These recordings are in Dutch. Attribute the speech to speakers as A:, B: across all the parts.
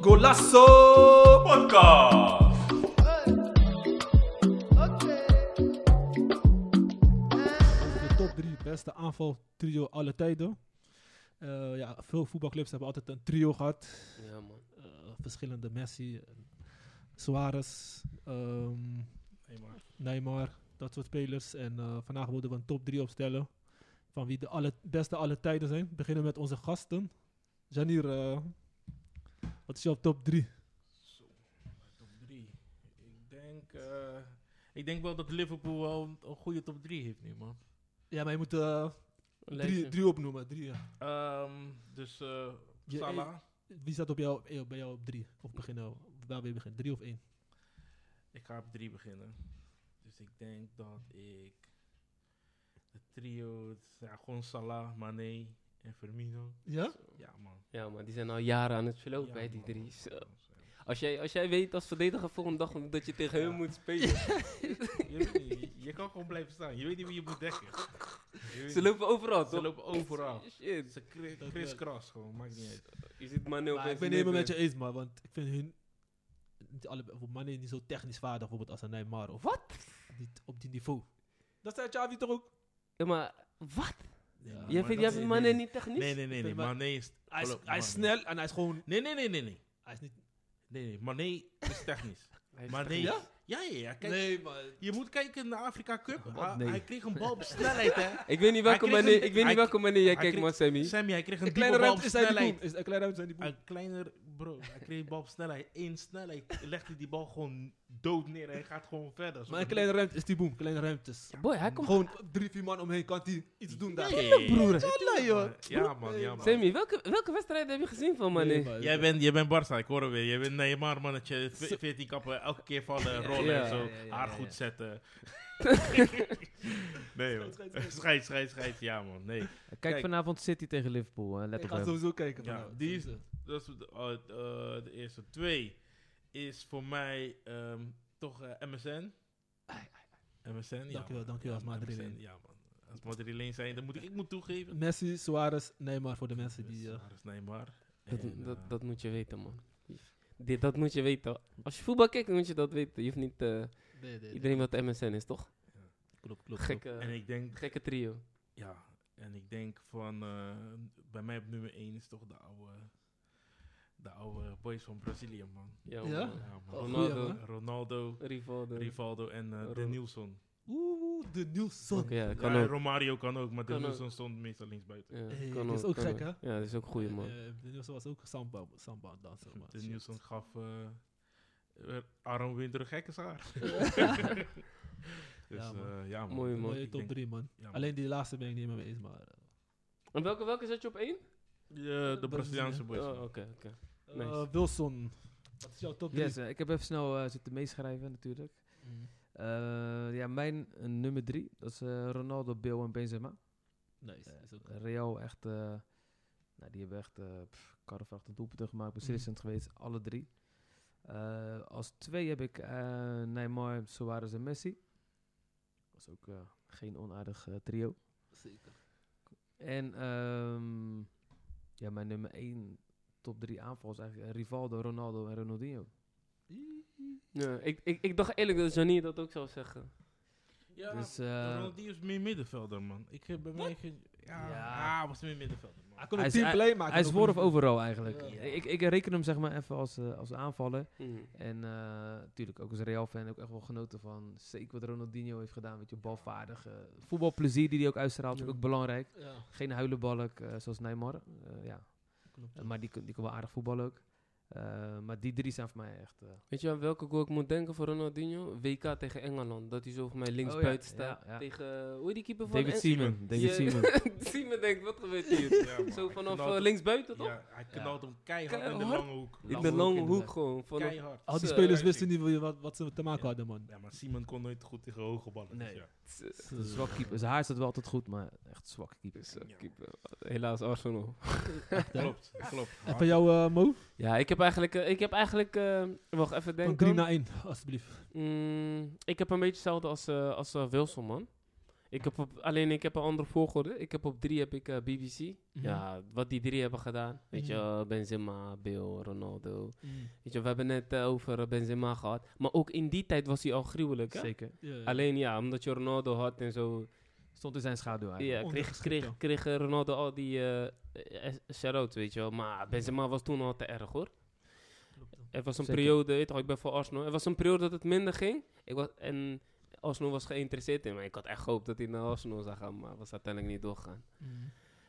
A: Golasso Podcast.
B: De top 3 beste aanvaltrio alle tijden. Eh, ja, veel voetbalclubs hebben altijd een trio gehad.
C: Ja, man.
B: Eh, verschillende Messi, en Suarez, ehm, Neymar, dat soort spelers. En eh, vandaag wilden we een top 3 opstellen van wie de alle, beste alle tijden zijn. We beginnen met onze gasten. Janir, eh, wat is jouw top 3?
D: Top 3. Ik denk, eh, ik denk wel dat Liverpool wel een, een goede top 3 heeft nu, man.
B: Ja, maar je moet eh, drie,
C: Lijstje.
B: drie opnoemen. Drie, ja.
D: Ehm, dus eh
B: Je-
D: Salah.
B: Wie staat op jou, eh, bij jou op 3? Of beginnen, waar wil je beginnen? 3 of 1?
D: Ik ga op 3 beginnen. Dus ik denk dat ik de trio, ja, gewoon Salah, Mane en Firmino.
B: Ja?
D: Ja, man.
C: Ja, man, die zijn al jaren aan het verlopen
D: Ja,
C: bij die
D: man.
C: drie. Zo. Als jij, als jij weet als verdediger volgende dag dat je tegen hem moet spelen.
D: Je, weet niet, je- je kan gewoon blijven staan. Je weet niet wie je moet dekken. Je weet
C: Ze
D: niet.
C: lopen overal,
D: Ze
C: toch?
D: lopen overal.
C: Shit.
D: Ze cri- crisscross gewoon, maakt niet uit.
C: Je ziet Manuel
B: Maar ik ben het helemaal met je eens, maar want ik vind hun niet alle mannen niet zo technisch vaardig, bijvoorbeeld als een Neymar of wat? Niet op die niveau. Dat zei Xavi toch ook?
C: Ja, maar wat?
B: Ja,
D: Ah, maar
C: Jij
D: dat
C: vindt jij vindt
D: is- nee,
C: Manuel niet technisch?
D: Nee, nee, nee, nee.
B: vind maar-
D: Mane is...
B: Hij is,
D: geloof me,
B: hij is
D: Mane.
B: snel en hij is gewoon,
D: Nee, nee, nee, nee, nee.
B: hij is niet.
D: Nee, nee, Mané is technisch.
C: Hij is
D: Mané.
C: technisch.
D: Ja? Ja, ja, ja. Kijk,
B: Nee, maar
D: Je moet kijken naar de Afrika Cup.
B: Wat?
D: Hij-
B: Nee.
D: Hij kreeg een bal op snelheid, hè.
C: Ik weet niet welke
D: Hij kreeg
C: Mané,
D: een-
C: ik weet
D: hij
C: niet welke Mané jij kijkt,
D: kreeg-
C: man, Sammy.
D: Sammy, hij kreeg een
B: een
D: diepe
B: kleine
D: bal op
B: ruimte is hij die boem.
D: snelheid.
B: Is een kleine ruimte zijn die boem.
D: Een kleiner, bro. Hij kreeg een bal op snelheid. Eén snelheid legde hij die bal gewoon dood neer. Hij gaat gewoon verder.
B: Maar een kleine ruimte is die boem, kleine ruimtes.
C: Boy, hij komt...
B: Gewoon drie, vier man omheen, kan hij iets doen daar.
D: broer. eh,
B: Tjallah, joh.
D: Ja, man, ja, man.
C: Sammy, welke, welke wedstrijd heb je gezien van Mané?
B: Nee, maar-
D: Jij bent, jij bent Barca, ik hoor het weer. Jij bent Neymar, mannetje. Ve- 14 kappen, elke keer vallen, rollen
C: ja,
D: en zo.
C: ja,
D: haar goed zetten. nee, man.
B: Schijt, schijt, schijt.
D: Schijt, schijt, schijt. Ja, man. Nee.
E: Kijk,
D: Kijk.
E: vanavond City tegen Liverpool, hè, let
B: Ik
E: op
B: ga
E: hem.
B: sowieso kijken.
D: Ja,
B: vanavond,
D: die is-
B: sowieso.
D: Dat is de, eh, eh, de eerste. Twee is voor mij ehm, toch eh, MSN. MSN, ja.
B: Dankjewel,
D: man.
B: dankjewel, als
D: Ja, MSN,
B: Madrileen.
D: Ja, man. Als Madrileen zijn, dan moet ik, ik moet toegeven.
B: Messi, Suarez, Neymar voor de mensen die. eh,
D: Suarez, Neymar.
C: Dat,
D: En, eh,
C: dat, dat moet je weten, man. Dit, dat moet je weten. Als je voetbal kijkt, moet je dat weten. Je hoeft niet... eh,
B: nee, nee, nee.
C: Iedereen wat MSN is, toch?
B: Klopt, klopt. klopt.
C: Gekke,
D: en ik denk,
C: gekke trio.
D: ja, en ik denk van, eh, bij mij op nummer 1 is toch de oude, de oude boys van Brazilië, man.
C: Ja,
B: Ja?
C: man.
D: man.
B: Oh,
C: Ronaldo.
B: goeie, man.
D: Ronaldo,
C: Rivaldo.
D: Rivaldo en eh
C: Ro-
D: Denilson.
B: Oeh, de Nielsen.
C: Oké, ja, kan
D: Ja,
C: ook.
D: Romario kan ook, maar
C: Kan ook.
D: Denilson stond meestal linksbuiten.
C: Ja,
B: Hey,
C: kan
B: die is ook
C: kan
B: gek, hè?
C: Ja, dat is ook een goeie, man.
B: Eh, eh, Nielsen was ook samba, samba danser. man.
D: De
B: Shit.
D: Nielsen gaf eh eh, Aaron Winter een gekke haar. dus
B: Ja,
D: ja,
B: man.
D: ja, man.
C: Mooi, man.
B: Mooie
D: Ik
B: top
D: denk-
B: 3, man.
D: ja, man.
B: Alleen die laatste ben ik niet meer mee eens, maar... eh,
C: En welke, welke zet je op één?
D: Ja, Eh, de Braziliaanse boys.
C: Oh, oké,
D: man.
C: oké.
B: eh,
C: Nice.
B: eh, Wilson, wat is jouw top 3?
E: Yes, eh, ik heb even snel eh, zitten meeschrijven natuurlijk.
B: Mm.
E: Eh, ja, mijn eh, nummer drie, dat is eh, Ronaldo, Bill en Benzema.
B: Nice, is ook...
E: Real echt, eh, nou, die hebben echt eh pff, karrevrachtend doelpunten gemaakt, beslissend geweest, alle drie. Eh, als twee heb ik eh, Neymar, Suarez en Messi. Dat is ook eh, geen onaardig eh, trio.
B: Zeker.
E: En ehm, ja, mijn nummer 1 top 3 aanval is eigenlijk eh, Rivaldo, Ronaldo en Ronaldinho.
C: Ja, ik, ik, ik dacht eerlijk dat Janier dat ook zou zeggen.
D: Ja,
E: dus eh,
D: Ronaldinho is meer middenvelder, man. Ik heb bij mij geen... Ja,
E: Ja.
D: hij was meer middenvelder, man.
B: Hij kon
E: Hij
B: een
E: is-
B: team play maken.
E: hij is
B: ook
E: voor of
B: niet-
E: overal eigenlijk.
B: Ja.
E: Ja, Ik, ik reken hem zeg maar even als, eh, als aanvaller.
C: Mm.
E: En natuurlijk ook als Real-fan ook echt wel genoten van zeker wat Ronaldinho heeft gedaan. Weet je, balvaardig. eh, voetbalplezier die hij ook uitstraalt, is
C: Ja.
E: ook belangrijk.
B: Ja,
E: Geen huilenbalk eh, zoals Neymar. eh, ja.
B: klopt.
E: Eh, maar die, kan- die kan wel aardig voetballen ook. Eh, maar die drie zijn voor mij echt... eh,
C: Weet je aan welke goal ik moet denken voor Ronaldinho? WK tegen Engeland. Dat hij zo voor mij links
E: Oh, ja,
C: buiten staat.
E: ja, ja.
C: Tegen, eh, hoe heet die keeper van
E: David
C: En-
E: Seaman. David
C: Je-
E: Seaman.
C: Seaman denkt, wat gebeurt hier?
D: Ja, man.
C: zo
D: Hij
C: vanaf
D: knalt-
C: eh, links buiten, toch?
D: Ja, hij knalt hem keihard in de
C: Keihard?
D: lange hoek.
C: In de lange hoek gewoon. Vanaf,
D: Keihard.
B: Al die
C: Zo,
B: spelers
D: eh,
B: wisten niet wie- wat, wat ze te maken hadden, man.
D: Ja, maar Simon kon nooit goed tegen hoge ballen. dus
E: Nee.
D: ja.
E: Het is een zwak keeper. Zijn haar staat wel altijd goed, maar echt zwak keeper.
C: Dus, eh,
D: Ja.
C: keeper. Helaas Arsenal.
D: Klopt, klopt.
B: En van jou, eh, Mo?
C: Ja, ik heb eigenlijk... eh, ik heb eigenlijk eh, wacht, even
B: Van
C: denken.
B: 3 naar 1, alsjeblieft.
C: Mm, ik heb een beetje hetzelfde als, eh als eh, Wilson, man. Ik heb op, alleen ik heb een andere volgorde. Ik heb op drie heb ik eh, BBC.
B: Mhm.
C: Ja, wat die drie hebben gedaan. Weet je,
B: Mhm.
C: eh, Benzema, Bill, Ronaldo.
B: Mm.
C: Weet je, we hebben net eh, over eh, Benzema gehad. Maar ook in die tijd was hij al gruwelijk. Hè?
E: Zeker.
B: Ja, ja.
C: Alleen ja, omdat je Ronaldo had en zo.
E: Stond in zijn schaduw eigenlijk.
C: Ja, kreeg,
B: ondergeschikt, ja.
C: kreeg, kreeg eh, Ronaldo al die eh eh, shout-outs, weet je wel. Maar Benzema was toen al te erg, hoor.
B: Klopt, ja.
C: Er was een
E: Zeker.
C: periode, weet je toch, ik ben voor Arsenal. Er was een periode dat het minder ging. Ik was, en Arsenal was geïnteresseerd in mij. Ik had echt gehoopt dat hij naar Arsenal zou gaan, maar was uiteindelijk niet doorgegaan.
B: Mm.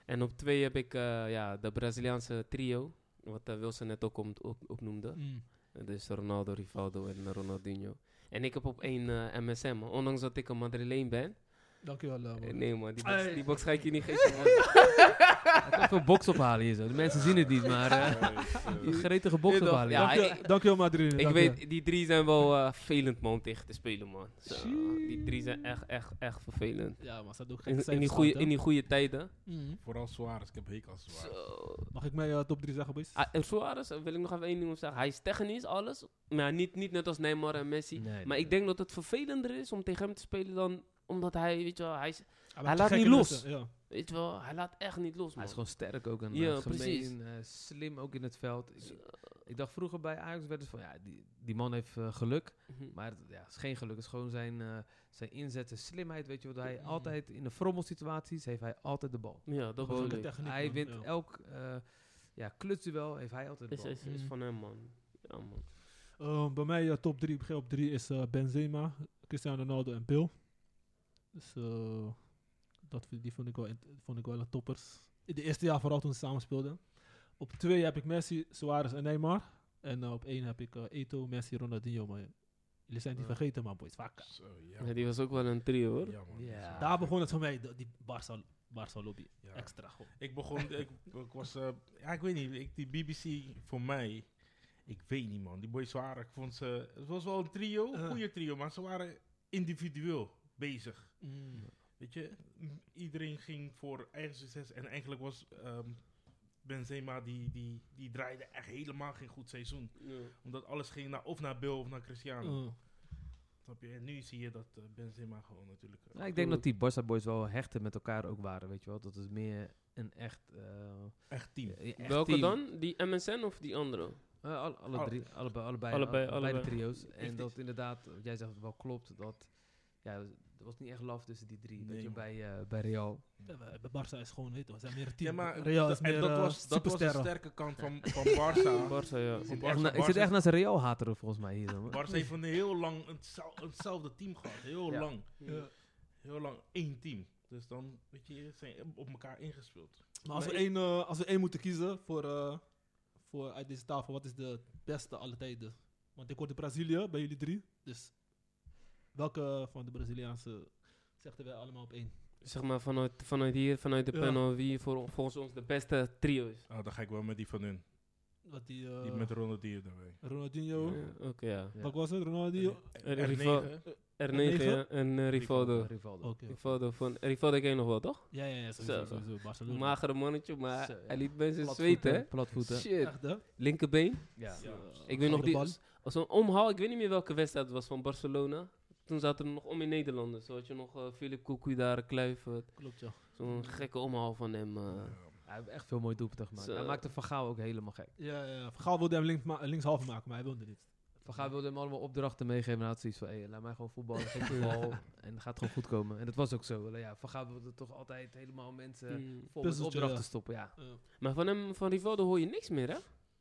C: En op twee heb ik eh, ja, de Braziliaanse trio, wat eh, Wilson net ook om, op, opnoemde.
B: Mm.
C: Eh, Dus Ronaldo, Rivaldo en eh, Ronaldinho. En ik heb op één eh, MSM, man. ondanks dat ik een Madrileen ben.
B: Dankjewel, eh,
C: Eh,
B: man.
C: Nee man, die box,
B: Ai.
C: die box ga ik je niet geven. man.
E: Hij kan veel box ophalen hier zo. De mensen zien het niet, maar eh een gretige box
C: Ja,
E: ophalen.
C: ja,
E: Ja,
B: Dankjewel-
C: ik-
B: Dankjewel, Madrid.
C: Ik weet, die drie zijn wel eh, vervelend man om tegen te spelen man. Zo,
B: Zie.
C: die drie zijn echt, echt, echt vervelend.
B: Ja, maar ze had ook geen
C: In, in die goeie- in die goede tijden.
B: Mhm.
D: Vooral Suarez, ik heb hekel aan Suarez.
C: Zo.
B: Mag ik mij eh, top 3 zeggen, boys?
C: Ah, en Suarez, daar wil ik nog even één ding over zeggen. Hij is technisch, alles. Maar niet, niet net als Neymar en Messi.
E: Nee,
C: maar
E: nee.
C: ik denk dat het vervelender is om tegen hem te spelen dan... Omdat hij, weet je wel, hij, is-
B: Hij
C: laat
B: gekke
C: niet los.
B: mensen, Ja.
C: weet je wel, hij laat echt niet los, man.
E: Hij is gewoon sterk ook en
C: Ja,
E: eh,
C: precies.
E: gemeen, eh, slim ook in het veld. Ik,
C: Zo.
E: ik dacht vroeger bij Ajax werd het van, ja, die, die man heeft eh, geluk.
C: Mhm.
E: Maar het ja, het is geen geluk, het is gewoon zijn, eh, zijn inzet, zijn slimheid. Weet je wat hij
B: Mm.
E: altijd in de frommelsituaties heeft hij altijd de bal.
C: Ja, dat
B: Gewoon
C: bedoel
B: de
C: ik.
B: techniek,
E: hij
B: man,
E: wint
B: ja.
E: elk eh ja, klutsduel, heeft hij altijd de
C: Is,
E: bal.
C: is, is
B: Mhm.
C: van hem, man. Ja, man.
B: Ehm, bij mij eh, top 3, begin op 3 is eh, Benzema, Cristiano Ronaldo en Bill. Dus eh, dat, vind- die vond ik, wel, int- vond ik wel een toppers. In de eerste jaar vooral toen ze samen speelden. Op 2 heb ik Messi, Suarez en Neymar. En eh, op 1 heb ik eh, Eto, Messi, Ronaldinho. Maar jullie zijn die
D: Ja.
B: vergeten, man, boys. Vaak.
D: Zo,
C: Ja, die was ook wel een trio, hoor.
D: Ja, man.
E: Ja.
B: Daar begon het voor mij, de- die Barca, Barca lobby.
D: Ja.
B: Extra goed.
D: Ik begon, ik, ik was, eh, ja, ik weet niet, ik, die BBC voor mij, ik weet niet man, die boys waren, ik vond ze, het was wel een trio, een
B: Eh.
D: goede trio, maar ze waren individueel bezig.
B: Mm.
D: Weet je, M- iedereen ging voor eigen succes en eigenlijk was ehm, Benzema, die, die, die draaide echt helemaal geen goed seizoen.
C: Ja.
D: Omdat alles ging naar, of naar Bill of naar Cristiano.
B: Eh,
D: Snap je? En nu zie je dat eh, Benzema gewoon natuurlijk... eh,
E: Nou, ik denk dat die Barca boys wel hechten met elkaar ook waren, weet je wel. Dat is meer een echt... eh,
D: echt team.
E: eh, echt
C: Welke
E: team.
C: dan? Die MSN of die andere?
E: Eh, al- alle
D: Al-
E: drie, allebei, allebei,
C: Allebei,
E: allebei, allebei de
C: allebei.
E: trio's. En
D: vind-
E: dat inderdaad, wat jij zegt wel klopt, dat ja, er was niet echt love tussen die drie.
D: Nee,
E: dat je
D: man.
E: bij, eh, bij Real.
B: ja, maar Barca is gewoon, weet je, we zijn meer een team.
D: Ja, maar
B: Real
D: da-
B: is
D: en
B: meer
D: dat
B: eh,
D: was, dat was de
B: supersterren.
D: sterke kant van, van Barça.
C: Barca, ja.
E: Ik zit,
D: Barca-
E: echt, na, ik zit
D: Barca-
E: echt naast een Real-hater volgens mij hier. Zo, man.
D: Barca heeft een heel lang hetzel- hetzelfde team gehad. Heel
E: Ja.
D: lang.
B: Ja.
D: Heel lang één team. Dus dan, weet je, ze zijn op elkaar ingespeeld.
B: Maar als, we
D: Maar
B: één, eh, als we één moeten kiezen voor, eh, voor uit deze tafel, wat is de beste alle tijden? Want ik hoorde Brazilië bij jullie drie. Dus welke van de Braziliaanse zegden wij allemaal op één?
C: Zeg maar vanuit, vanuit hier, vanuit de
B: Ja.
C: panel, wie voor, volgens ons de beste trio is.
D: Ah, dan ga ik wel met die van hun.
B: Wat die, eh,
D: Die met Ronaldinho daarbij.
B: Ronaldinho.
C: Ja, Oké, ja.
E: Ja.
B: Wat was het? Ronaldinho?
C: En
D: R9,
C: Rival-
D: Eh,
C: R9
B: Negen?
C: ja, en eh, Rivaldo.
E: Rivaldo.
B: Oké.
C: Rivaldo, van, Rivaldo ken je nog wel, toch?
B: Ja, ja, ja, sowieso,
C: Zo.
B: sowieso. Barcelona.
C: Magere mannetje, maar
E: Zo, ja.
C: hij liet mensen
E: Platvoeten,
C: zweten, hè?
E: Platvoeten.
C: Shit.
B: Echt, hè? Eh,
C: Linkerbeen.
E: Ja.
D: Ja.
C: Ik weet nog
B: Gouden
C: die...
B: bal.
C: als Zo'n omhaal, ik weet niet meer welke wedstrijd het was van Barcelona. Toen zaten er nog om in Nederlanders. Zo had je nog eh Philip Cocu daar, Kluivert.
B: Klopt, ja.
E: Mm.
C: Zo'n gekke omhaal van hem. eh.
E: Hij heeft echt veel mooie doelpunten gemaakt.
C: Zo.
E: Hij maakte Van Gaal ook helemaal gek.
B: Ja, ja, ja. Van Gaal wilde hem links, ma- linkshalve maken, maar hij wilde niet.
E: Van Gaal wilde hem allemaal opdrachten meegeven. En hij had zoiets van, hey, laat mij gewoon voetballen. Geef me de bal en het gaat gewoon goed komen. En dat was ook zo. Alleen Ja, van Gaal wilde toch altijd helemaal mensen
C: Mm.
E: vol met
B: Puzzeltje,
E: opdrachten
B: ja.
E: stoppen. Ja.
B: Eh,
C: Maar van hem, van Rivaldo hoor je niks meer, hè?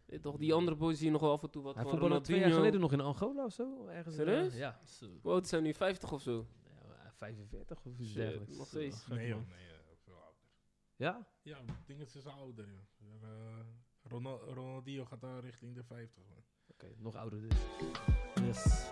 C: Eh, Toch, die andere boys zie je nog wel af en toe wat
E: Hij
C: van
E: voetbalde twee jaar
C: Ronaldinho.
E: geleden nog in Angola of zo. Ergens eh,
C: Serieus?
E: ja.
B: zo.
C: Wow, het zijn nu 50 of zo.
E: Ja, maar 45 of iets
C: Shit,
E: dergelijks.
C: nog steeds.
B: Gek,
D: Nee, joh,
B: man.
D: nee, eh, veel ouder.
E: Ja?
D: Ja, ik denk dat ze zijn ouder, joh. Eh, Ronal- Ronaldinho gaat daar richting de 50. man.
E: Oké, nog ouder dus.
B: Yes.